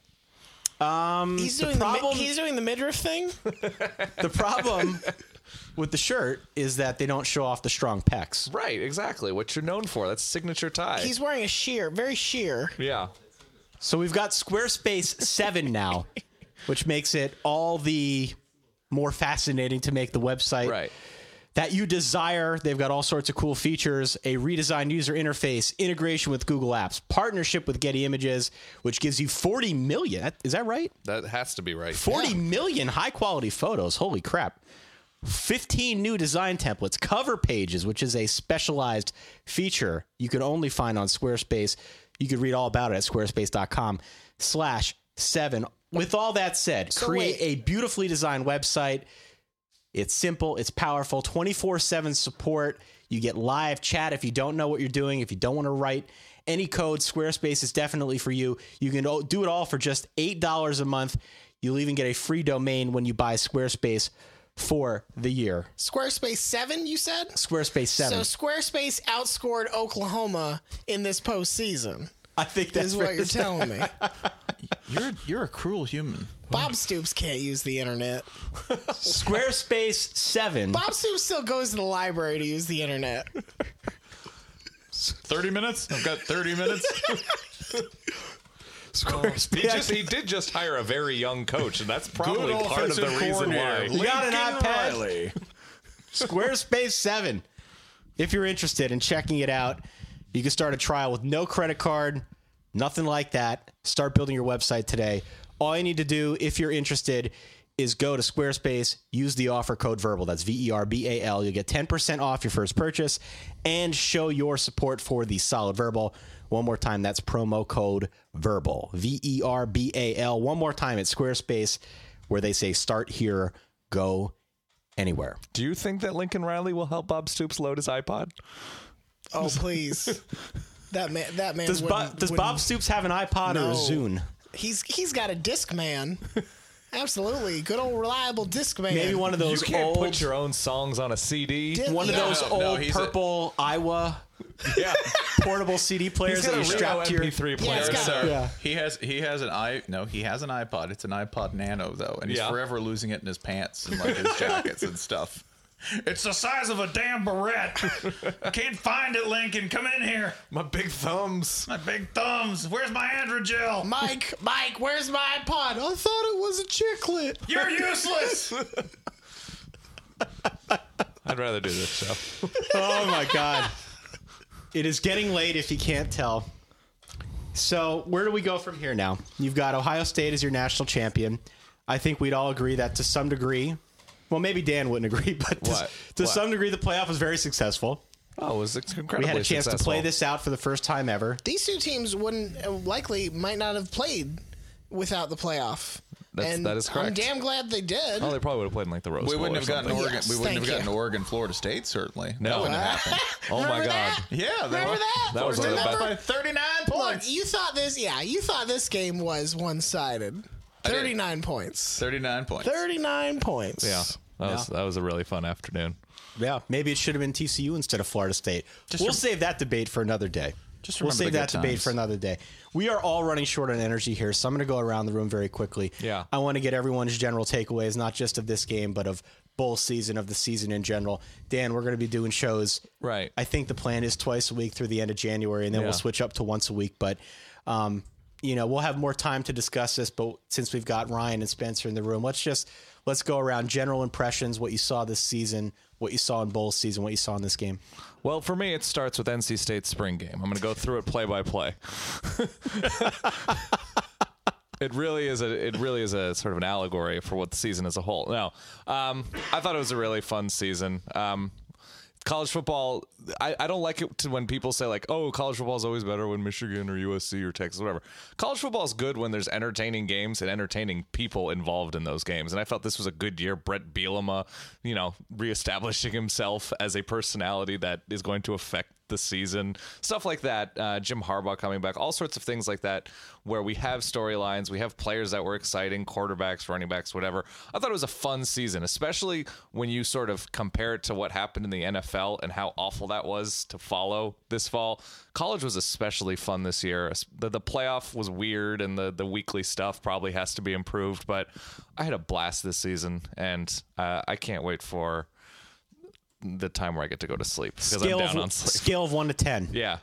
Speaker 9: He's
Speaker 6: the
Speaker 9: doing the, mi-
Speaker 6: problem-
Speaker 9: he's doing the midriff thing.
Speaker 6: the problem with the shirt is that they don't show off the strong pecs.
Speaker 7: Right, exactly. What you're known for. That's signature Ty.
Speaker 9: He's wearing a sheer, very sheer.
Speaker 7: yeah.
Speaker 6: So we've got Squarespace 7 now, which makes it all the more fascinating to make the website
Speaker 7: Right.
Speaker 6: that you desire. They've got all sorts of cool features, a redesigned user interface, integration with Google Apps, partnership with Getty Images, which gives you 40 million. that- Is that right?
Speaker 7: That has to be right.
Speaker 6: Forty million high quality photos. Holy crap. 15 new design templates, cover pages, which is a specialized feature you can only find on Squarespace. You could read all about it at squarespace.com slash seven. With all that said, create
Speaker 9: wait.
Speaker 6: a beautifully designed website. It's simple, it's powerful, 24 7 support. You get live chat if you don't know what you're doing, if you don't want to write any code, Squarespace is definitely for you. You can o- do it all for just $8 a month. You'll even get a free domain when you buy Squarespace for the year.
Speaker 9: Squarespace seven, you said.
Speaker 6: Squarespace 7.
Speaker 9: So Squarespace outscored Oklahoma in this postseason.
Speaker 6: I think
Speaker 9: Is
Speaker 6: that's
Speaker 9: what
Speaker 6: what
Speaker 9: you're telling me.
Speaker 8: You're you're a cruel human.
Speaker 9: Bob Stoops can't use the internet.
Speaker 6: Squarespace 7.
Speaker 9: Bob Stoops still goes to the library to use the internet.
Speaker 8: 30 minutes? I've got 30 minutes.
Speaker 7: He, just, he did just hire a very young coach, and that's probably part of the reason why.
Speaker 6: You got an iPad?
Speaker 8: Riley.
Speaker 6: Squarespace 7. If you're interested in checking it out, you can start a trial with no credit card, nothing like that. Start building your website today. All you need to do, if you're interested, is go to Squarespace, use the offer code verbal. That's V E R B A L. You'll get 10% off your first purchase and show your support for the solid verbal. One more time, that's promo code verbal. V E R B A L. One more time at Squarespace, where they say start here, go anywhere.
Speaker 7: Do you think that Lincoln Riley will help Bob Stoops load his iPod?
Speaker 9: Oh please, that man. That man.
Speaker 6: Does, Bo-
Speaker 9: wouldn't-
Speaker 6: does
Speaker 9: wouldn't-
Speaker 6: Bob Stoops have an iPod or a
Speaker 9: No.
Speaker 6: Zune?
Speaker 9: He's he's got a disc man. Absolutely. Good old reliable disc man.
Speaker 6: Maybe one of those
Speaker 7: you can't
Speaker 6: old,
Speaker 7: put your own songs on a CD.
Speaker 9: Did-
Speaker 6: one of
Speaker 9: No,
Speaker 6: those
Speaker 8: no,
Speaker 6: old
Speaker 8: he's a-
Speaker 6: purple Iowa
Speaker 7: Yeah,
Speaker 6: portable CD players
Speaker 7: he's
Speaker 6: that
Speaker 7: got a
Speaker 6: you
Speaker 7: real
Speaker 6: strap to your.
Speaker 7: MP3 player.
Speaker 9: it's got-
Speaker 8: sir.
Speaker 6: Yeah.
Speaker 8: He has he has an i no he has an iPod. It's an iPod Nano though, and he's
Speaker 7: Yeah.
Speaker 8: forever losing it in his pants and like his jackets and stuff. It's the size of a damn barrette. Can't find it, Lincoln. Come in here.
Speaker 7: My big thumbs.
Speaker 8: My big thumbs. Where's my androgel?
Speaker 9: Mike, Mike, where's my iPod? I thought it was a chiclet.
Speaker 8: You're useless.
Speaker 7: I'd rather do this show.
Speaker 6: Oh my god. It is getting late if you can't tell. So, where do we go from here now? You've got Ohio State as your national champion. I think we'd all agree that to some degree, well, maybe Dan wouldn't agree, but to,
Speaker 7: What?
Speaker 6: to
Speaker 7: What?
Speaker 6: some degree, the playoff was very successful.
Speaker 7: Oh, it was incredibly
Speaker 6: We had a chance to
Speaker 7: successful.
Speaker 6: play this out for the first time ever.
Speaker 9: These two teams wouldn't uh, likely might not have played without the playoff.
Speaker 7: That's- that is correct.
Speaker 9: I'm damn glad they did.
Speaker 7: Oh, they probably would have played in like the Rose
Speaker 8: we
Speaker 7: Bowl
Speaker 8: wouldn't
Speaker 7: or
Speaker 8: have gotten
Speaker 7: something.
Speaker 8: Oregon.
Speaker 9: Yes,
Speaker 8: we wouldn't
Speaker 9: thank
Speaker 8: have gotten
Speaker 9: you.
Speaker 8: Oregon, Florida State certainly. That
Speaker 7: No.
Speaker 8: wouldn't have happened.
Speaker 7: Oh my
Speaker 9: Remember
Speaker 7: god.
Speaker 9: that?
Speaker 8: Yeah, they
Speaker 9: Remember
Speaker 8: won.
Speaker 9: that?
Speaker 7: That was one of the
Speaker 9: Remember-
Speaker 7: best-
Speaker 8: by 39
Speaker 9: Look,
Speaker 8: points.
Speaker 9: you thought this, yeah, you thought this game was one sided.
Speaker 8: did.
Speaker 9: 39 points.
Speaker 8: 39 points.
Speaker 9: 39 points.
Speaker 7: Yeah. That was that was a really fun afternoon.
Speaker 6: Yeah, maybe it should have been TCU instead of Florida State. we'll save that debate for another day.
Speaker 8: Just
Speaker 6: we'll
Speaker 8: remember
Speaker 6: save
Speaker 8: the
Speaker 6: that
Speaker 8: good
Speaker 6: debate
Speaker 8: times.
Speaker 6: for another day. We are all running short on energy here, so I'm going to go around the room very quickly.
Speaker 7: Yeah.
Speaker 6: I want to get everyone's general takeaways, not just of this game, but of bowl season, of the season in general. Dan, we're going to be doing shows.
Speaker 7: Right.
Speaker 6: I think the plan is twice a week through the end of January, and then we'll
Speaker 7: Yeah.
Speaker 6: switch up to once a week. But, um, you know, we'll have more time to discuss this. But since we've got Ryan and Spencer in the room, let's just let's go around general impressions, what you saw this season, what you saw in bowl season, what you saw in this game.
Speaker 7: Well, for me, it starts with NC State's spring game. I'm going to go through it play by play. It really is a it really is a sort of an allegory for what the season as a whole. No, um, I thought it was a really fun season. Um, college football, I, I don't like it to when people say like, oh, college football is always better when Michigan or USC or Texas, whatever. College football is good when there's entertaining games and entertaining people involved in those games. And I felt this was a good year. Brett Bielema, you know, reestablishing himself as a personality that is going to affect the season, stuff like that. Uh, Jim Harbaugh coming back, all sorts of things like that, where we have storylines, we have players that were exciting, quarterbacks, running backs, whatever. I thought it was a fun season, especially when you sort of compare it to what happened in the NFL and how awful that was to follow this fall. College was especially fun this year. The, the playoff was weird, and the, the weekly stuff probably has to be improved, but I had a blast this season, and uh, I can't wait for. The time where I get to go to sleep because I'm
Speaker 6: Scale
Speaker 7: down
Speaker 6: of,
Speaker 7: on sleep.
Speaker 6: scale of one to ten.
Speaker 7: Yeah.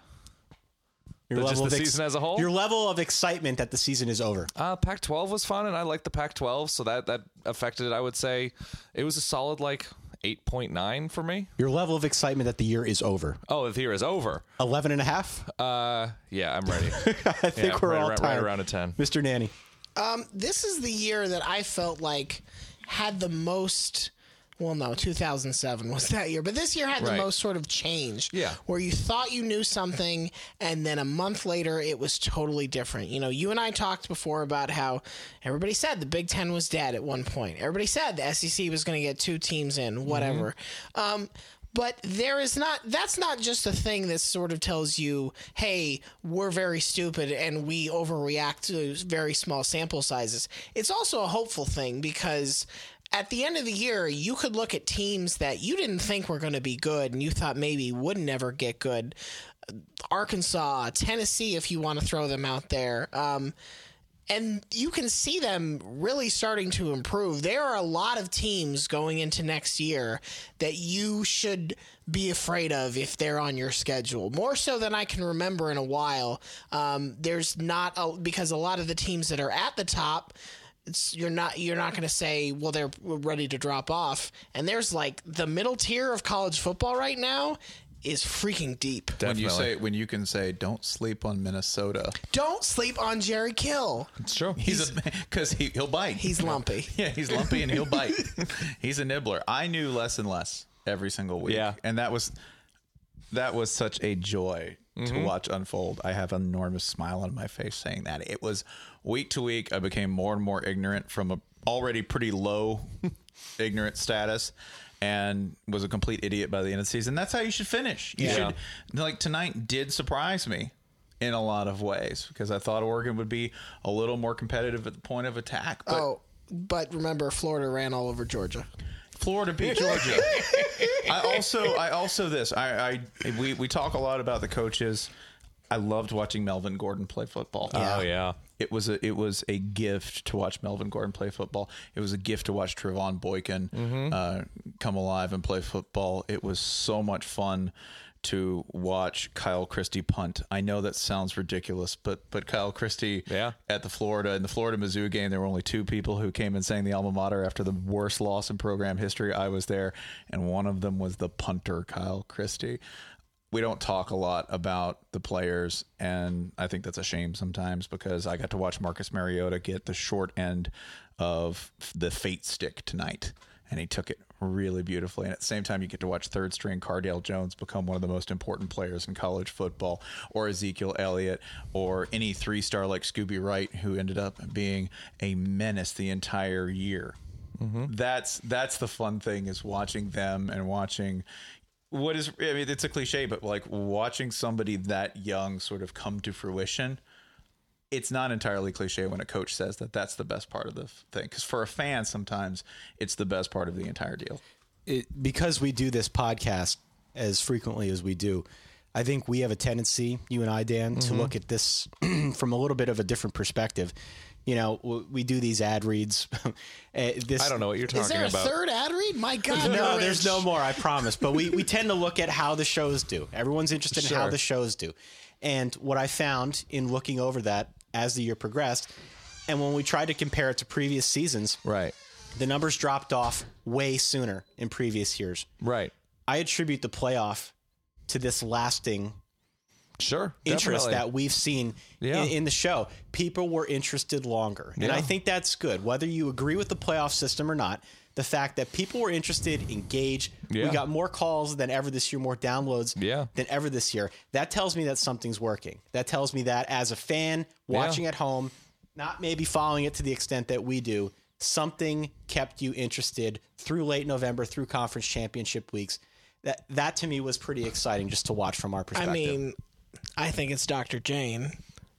Speaker 6: Your
Speaker 7: Just the
Speaker 6: ex-
Speaker 7: season as a whole?
Speaker 6: Your level of excitement that the season is over.
Speaker 7: Uh, Pac-12 was fun, and I liked the Pac-12, so that that affected it. I would say it was a solid like 8.9 for me.
Speaker 6: Your level of excitement that the year is over.
Speaker 7: Oh, the year is over.
Speaker 6: 11 and a half?
Speaker 7: Yeah, I'm ready.
Speaker 6: I think
Speaker 7: yeah,
Speaker 6: we're
Speaker 7: right
Speaker 6: all
Speaker 7: around- right
Speaker 6: tired.
Speaker 7: around a 10.
Speaker 6: Mr. Nanny.
Speaker 9: Um, this is the year that I felt like had the most. Well, no, 2007 was that year, but this year had
Speaker 7: Right.
Speaker 9: the most sort of change.
Speaker 7: Yeah.
Speaker 9: Where you thought you knew something, and then a month later, it was totally different. You know, you and I talked before about how everybody said the Big Ten was dead at one point. Everybody said the SEC was going to get two teams in, whatever. Um, but there is not, that's not just a thing that sort of tells you, hey, we're very stupid and we overreact to very small sample sizes. It's also a hopeful thing because at the end of the year, you could look at teams that you didn't think were going to be good and you thought maybe would never get good. Arkansas, Tennessee, if you want to throw them out there. Um, and you can see them really starting to improve. There are a lot of teams going into next year that you should be afraid of if they're on your schedule, more so than I can remember in a while. Um, there's not a, because a lot of the teams that are at the top. It's, you're not you're not going to say well they're ready to drop off and there's like the middle tier of college football right now is freaking deep
Speaker 8: When you
Speaker 7: Definitely.
Speaker 8: say when you can say don't sleep on Minnesota.
Speaker 9: don't sleep on jerry kill
Speaker 7: it's true.
Speaker 8: He's because he he'll bite.
Speaker 9: he's lumpy
Speaker 8: yeah, he's lumpy and he'll bite. he's a nibbler. I knew less and less every single week.
Speaker 7: Yeah.
Speaker 8: and that was that was such a joy
Speaker 7: Mm-hmm.
Speaker 8: to watch unfold. I have an enormous smile on my face saying that. It was week to week. I became more and more ignorant from a already pretty low ignorant status. And was a complete idiot by the end of the season. That's how you should finish. You
Speaker 7: Yeah.
Speaker 8: should like tonight did surprise me in a lot of ways because I thought Oregon would be a little more competitive at the point of attack. But
Speaker 9: Oh, But remember, Florida ran all over Georgia.
Speaker 8: Florida beat Georgia. I also, I also this. I, I we we talk a lot about the coaches. I loved watching Melvin Gordon play football.
Speaker 7: Oh yeah.
Speaker 8: It was a it was a gift to watch Melvin Gordon play football. It was a gift to watch Trevon Boykin uh, come alive and play football. It was so much fun to watch Kyle Christie punt. I know that sounds ridiculous, but but Kyle Christie
Speaker 7: Yeah.
Speaker 8: at the Florida in the Florida Mizzou game, there were only two people who came and sang the alma mater after the worst loss in program history. I was there, and one of them was the punter Kyle Christie we don't talk a lot about the players, and I think that's a shame sometimes because I got to watch Marcus Mariota get the short end of the fate stick tonight, and he took it really beautifully. And at the same time, you get to watch third string Cardale Jones become one of the most important players in college football, or Ezekiel Elliott, or any three star like Scooby Wright, who ended up being a menace the entire year. That's that's the fun thing is watching them and watching what is i mean it's a cliche but like watching somebody that young sort of come to fruition it's not entirely cliche when a coach says that that's the best part of the f- thing because for a fan sometimes it's the best part of the entire deal
Speaker 6: it, because we do this podcast as frequently as we do, I think we have a tendency, you and I, Dan, to
Speaker 7: Mm-hmm.
Speaker 6: look at this from a little bit of a different perspective. You know, w- we do these ad reads. Uh, this,
Speaker 7: I don't know what you're talking
Speaker 9: Is there a
Speaker 7: about.
Speaker 9: third ad read? My God.
Speaker 6: No,
Speaker 9: you're
Speaker 6: there's
Speaker 9: rich.
Speaker 6: no more. I promise. But we we tend to look at how the shows do. Everyone's interested in how
Speaker 7: Sure.
Speaker 6: the shows do. And what I found in looking over that as the year progressed, and when we tried to compare it to previous seasons,
Speaker 7: Right.
Speaker 6: the numbers dropped off way sooner in previous years.
Speaker 7: Right.
Speaker 6: I attribute the playoff to this lasting
Speaker 7: Sure.
Speaker 6: interest
Speaker 7: definitely.
Speaker 6: that we've seen
Speaker 7: Yeah.
Speaker 6: in, in the show. People were interested longer. And I
Speaker 7: Yeah.
Speaker 6: think that's good. Whether you agree with the playoff system or not, the fact that people were interested, engaged, we
Speaker 7: Yeah.
Speaker 6: got more calls than ever this year, more downloads
Speaker 7: Yeah.
Speaker 6: than ever this year. That tells me that something's working. That tells me that as a fan watching at home, not maybe following it to the extent that we do, something kept you interested through late November, through conference championship weeks. That that to me was pretty exciting just to watch from our
Speaker 9: I
Speaker 6: perspective.
Speaker 9: mean, I think it's Dr. Jane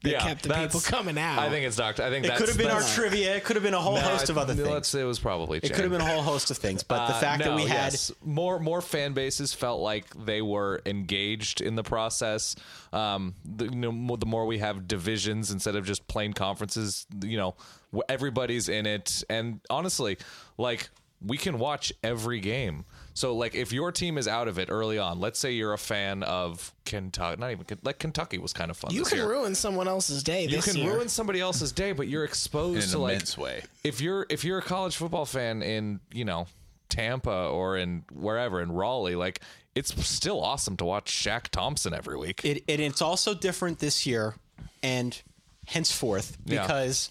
Speaker 9: that kept the
Speaker 7: that's-
Speaker 9: people coming out.
Speaker 7: I think it's Doctor. I think
Speaker 6: It
Speaker 7: that's,
Speaker 6: could have been our
Speaker 7: that's-
Speaker 6: trivia. It could have been a whole
Speaker 7: No,
Speaker 6: host
Speaker 7: I-
Speaker 6: of other
Speaker 7: no,
Speaker 6: things.
Speaker 7: let's Uh, say it was probably.
Speaker 6: It could have been a whole host of things. But the fact that we had
Speaker 7: more more fan bases felt like they were engaged in the process. Um, the, you know, mo- the more we have divisions instead of just plain conferences, you know, wh- everybody's in it. And honestly, like we can watch every game. So like if your team is out of it early on, let's say you're a fan of Kentucky, not even Ken- like Kentucky was kind of fun.
Speaker 9: you
Speaker 7: this
Speaker 9: can
Speaker 7: year
Speaker 9: ruin someone else's day
Speaker 7: you
Speaker 9: this
Speaker 7: can
Speaker 9: year.
Speaker 7: ruin somebody else's day, but you're exposed
Speaker 8: In an
Speaker 7: to like
Speaker 8: immense way.
Speaker 7: If you're if you're a college football fan in you know Tampa or in wherever in Raleigh, like it's still awesome to watch Shaq Thompson every week.
Speaker 6: it, it, it's also different this year and henceforth
Speaker 7: Yeah.
Speaker 6: because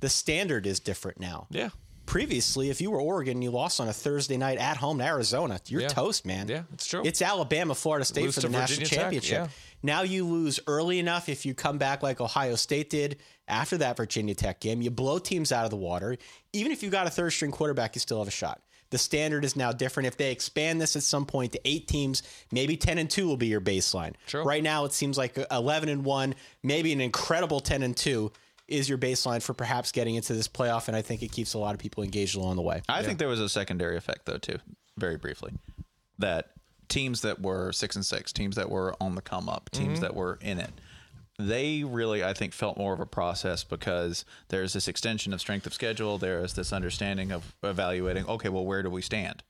Speaker 6: the standard is different now.
Speaker 7: yeah,
Speaker 6: Previously, if you were Oregon and you lost on a Thursday night at home to Arizona, you're
Speaker 7: Yeah.
Speaker 6: toast, man.
Speaker 7: Yeah, it's true.
Speaker 6: It's Alabama, Florida State
Speaker 7: Lose
Speaker 6: for
Speaker 7: to
Speaker 6: the national
Speaker 7: Virginia Tech,
Speaker 6: championship.
Speaker 7: yeah.
Speaker 6: Now you lose early enough if you come back like Ohio State did after that Virginia Tech game. You blow teams out of the water. Even if you got a third string quarterback, you still have a shot. The standard is now different. If they expand this at some point to eight teams, maybe 10 and 2 will be your baseline.
Speaker 7: True.
Speaker 6: Right now, it seems like 11 and 1, maybe an incredible 10 and 2 is your baseline for perhaps getting into this playoff. And I think it keeps a lot of people engaged along the way.
Speaker 8: I think there was a secondary effect though too, very briefly, that teams that were six and six, teams that were on the come up,
Speaker 9: Mm-hmm.
Speaker 8: teams that were in it, they really I think felt more of a process because there's this extension of strength of schedule, there is this understanding of evaluating, okay, well where do we stand?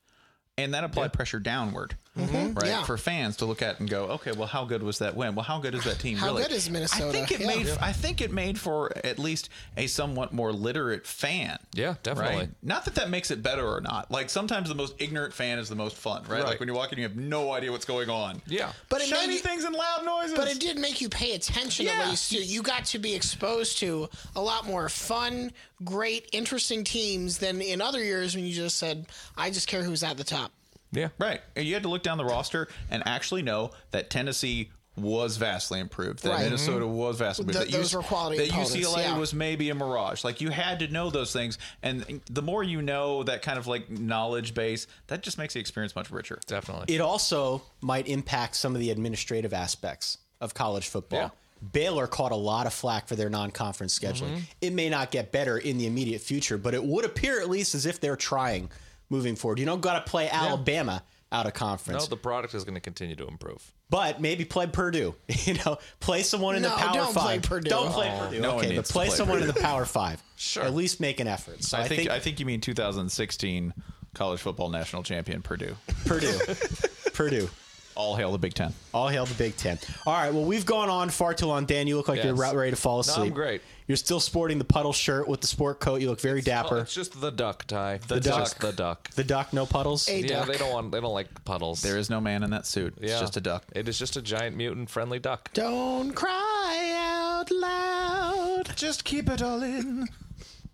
Speaker 8: And that applied pressure downward, right?
Speaker 9: Mm-hmm. Yeah.
Speaker 8: For fans to look at and go, okay, well, how good was that win? Well, how good is that team?
Speaker 9: How
Speaker 8: really?
Speaker 9: good is Minnesota?
Speaker 8: I think it
Speaker 9: Yeah.
Speaker 8: made. I think it made for at least a somewhat more literate fan.
Speaker 7: Yeah, definitely.
Speaker 8: Not that that makes it better or not. Like sometimes the most ignorant fan is the most fun, right? Like when you walk in, you have no idea what's going on.
Speaker 7: yeah.
Speaker 9: but it
Speaker 8: shiny
Speaker 9: made you-
Speaker 8: things and loud noises.
Speaker 9: But it did make you pay attention to
Speaker 8: Yeah.
Speaker 9: what you see. You got to be exposed to a lot more fun, great, interesting teams than in other years when you just said, I just care who's at the top.
Speaker 7: yeah,
Speaker 8: Right. And you had to look down the roster and actually know that Tennessee was vastly improved. That
Speaker 9: Right. Mm-hmm.
Speaker 8: Minnesota was vastly improved.
Speaker 9: Th-
Speaker 8: that
Speaker 9: those were quality
Speaker 8: That
Speaker 9: opponents,
Speaker 8: UCLA
Speaker 9: yeah.
Speaker 8: was maybe a mirage. Like you had to know those things, and the more you know that kind of like knowledge base, that just makes the experience much richer.
Speaker 7: definitely.
Speaker 6: it also might impact some of the administrative aspects of college football. Baylor caught a lot of flack for their non-conference
Speaker 8: Mm-hmm.
Speaker 6: scheduling. It may not get better in the immediate future, but it would appear at least as if they're trying moving forward. You don't got to play Alabama out of
Speaker 7: No,
Speaker 6: conference,
Speaker 7: the product is going to continue to improve.
Speaker 6: but maybe play Purdue. You know, play someone in the
Speaker 9: No,
Speaker 6: Power
Speaker 9: don't play
Speaker 6: Five.
Speaker 9: Purdue.
Speaker 6: Don't play Purdue.
Speaker 8: no one
Speaker 6: okay, but
Speaker 8: needs to
Speaker 6: play,
Speaker 8: play
Speaker 6: someone in the Power Five. sure. At least make an effort. So
Speaker 8: I think I think you mean 2016 college football national champion Purdue.
Speaker 6: Purdue. Purdue.
Speaker 8: All hail the Big Ten.
Speaker 6: All hail the Big Ten. All right. Well, we've gone on far too long. Dan, you look like you're
Speaker 7: Yes.
Speaker 6: about ready to fall
Speaker 7: No,
Speaker 6: asleep.
Speaker 7: I'm great.
Speaker 6: You're still sporting the puddle shirt with the sport coat. You look very
Speaker 7: Oh,
Speaker 6: dapper.
Speaker 7: it's just the duck, Ty. The,
Speaker 6: duck.
Speaker 7: duck. The duck.
Speaker 6: The duck, no puddles.
Speaker 9: A
Speaker 7: yeah,
Speaker 9: duck.
Speaker 7: they don't want. They don't like puddles.
Speaker 8: There is no man in that suit. It's
Speaker 7: Yeah.
Speaker 8: just a duck.
Speaker 7: It is just a giant mutant-friendly duck.
Speaker 9: Don't cry out loud.
Speaker 8: Just keep it all in.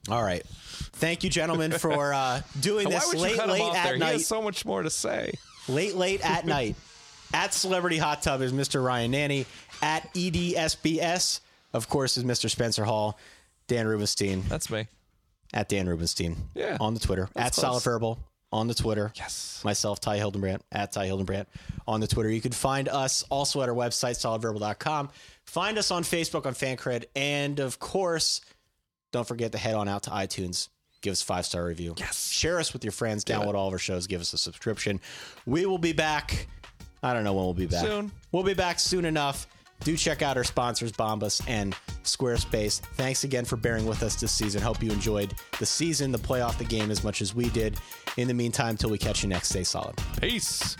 Speaker 6: All right. Thank you, gentlemen, for uh, doing
Speaker 7: And why
Speaker 6: this
Speaker 7: would you
Speaker 6: late,
Speaker 7: cut him
Speaker 6: late
Speaker 7: off
Speaker 6: at
Speaker 7: there? He
Speaker 6: night.
Speaker 7: has so much more to say.
Speaker 6: late, late at night. At Celebrity Hot Tub is Mr. Ryan Nanny. At E EDSBS, of course, is Mr. Spencer Hall. Dan Rubenstein.
Speaker 7: That's me.
Speaker 6: at Dan Rubenstein.
Speaker 7: Yeah.
Speaker 6: On the Twitter. At
Speaker 7: close.
Speaker 6: Solid Verbal on the Twitter. Yes. Myself, Ty Hildenbrandt, at Ty Hildenbrandt on the Twitter. You can find us also at our website, solidverbal.com. Find us on Facebook, on FanCred, and of course, don't forget to head on out to iTunes. Give us a five star review. Yes. Share us with your friends. Download all of our shows. Give us a subscription. We will be back. I don't know when we'll be back.
Speaker 7: Soon.
Speaker 6: We'll be back soon enough. Do check out our sponsors, Bombas and Squarespace. Thanks again for bearing with us this season. Hope you enjoyed the season, the playoff, the game as much as we did. In the meantime, till we catch you next, stay solid.
Speaker 7: Peace.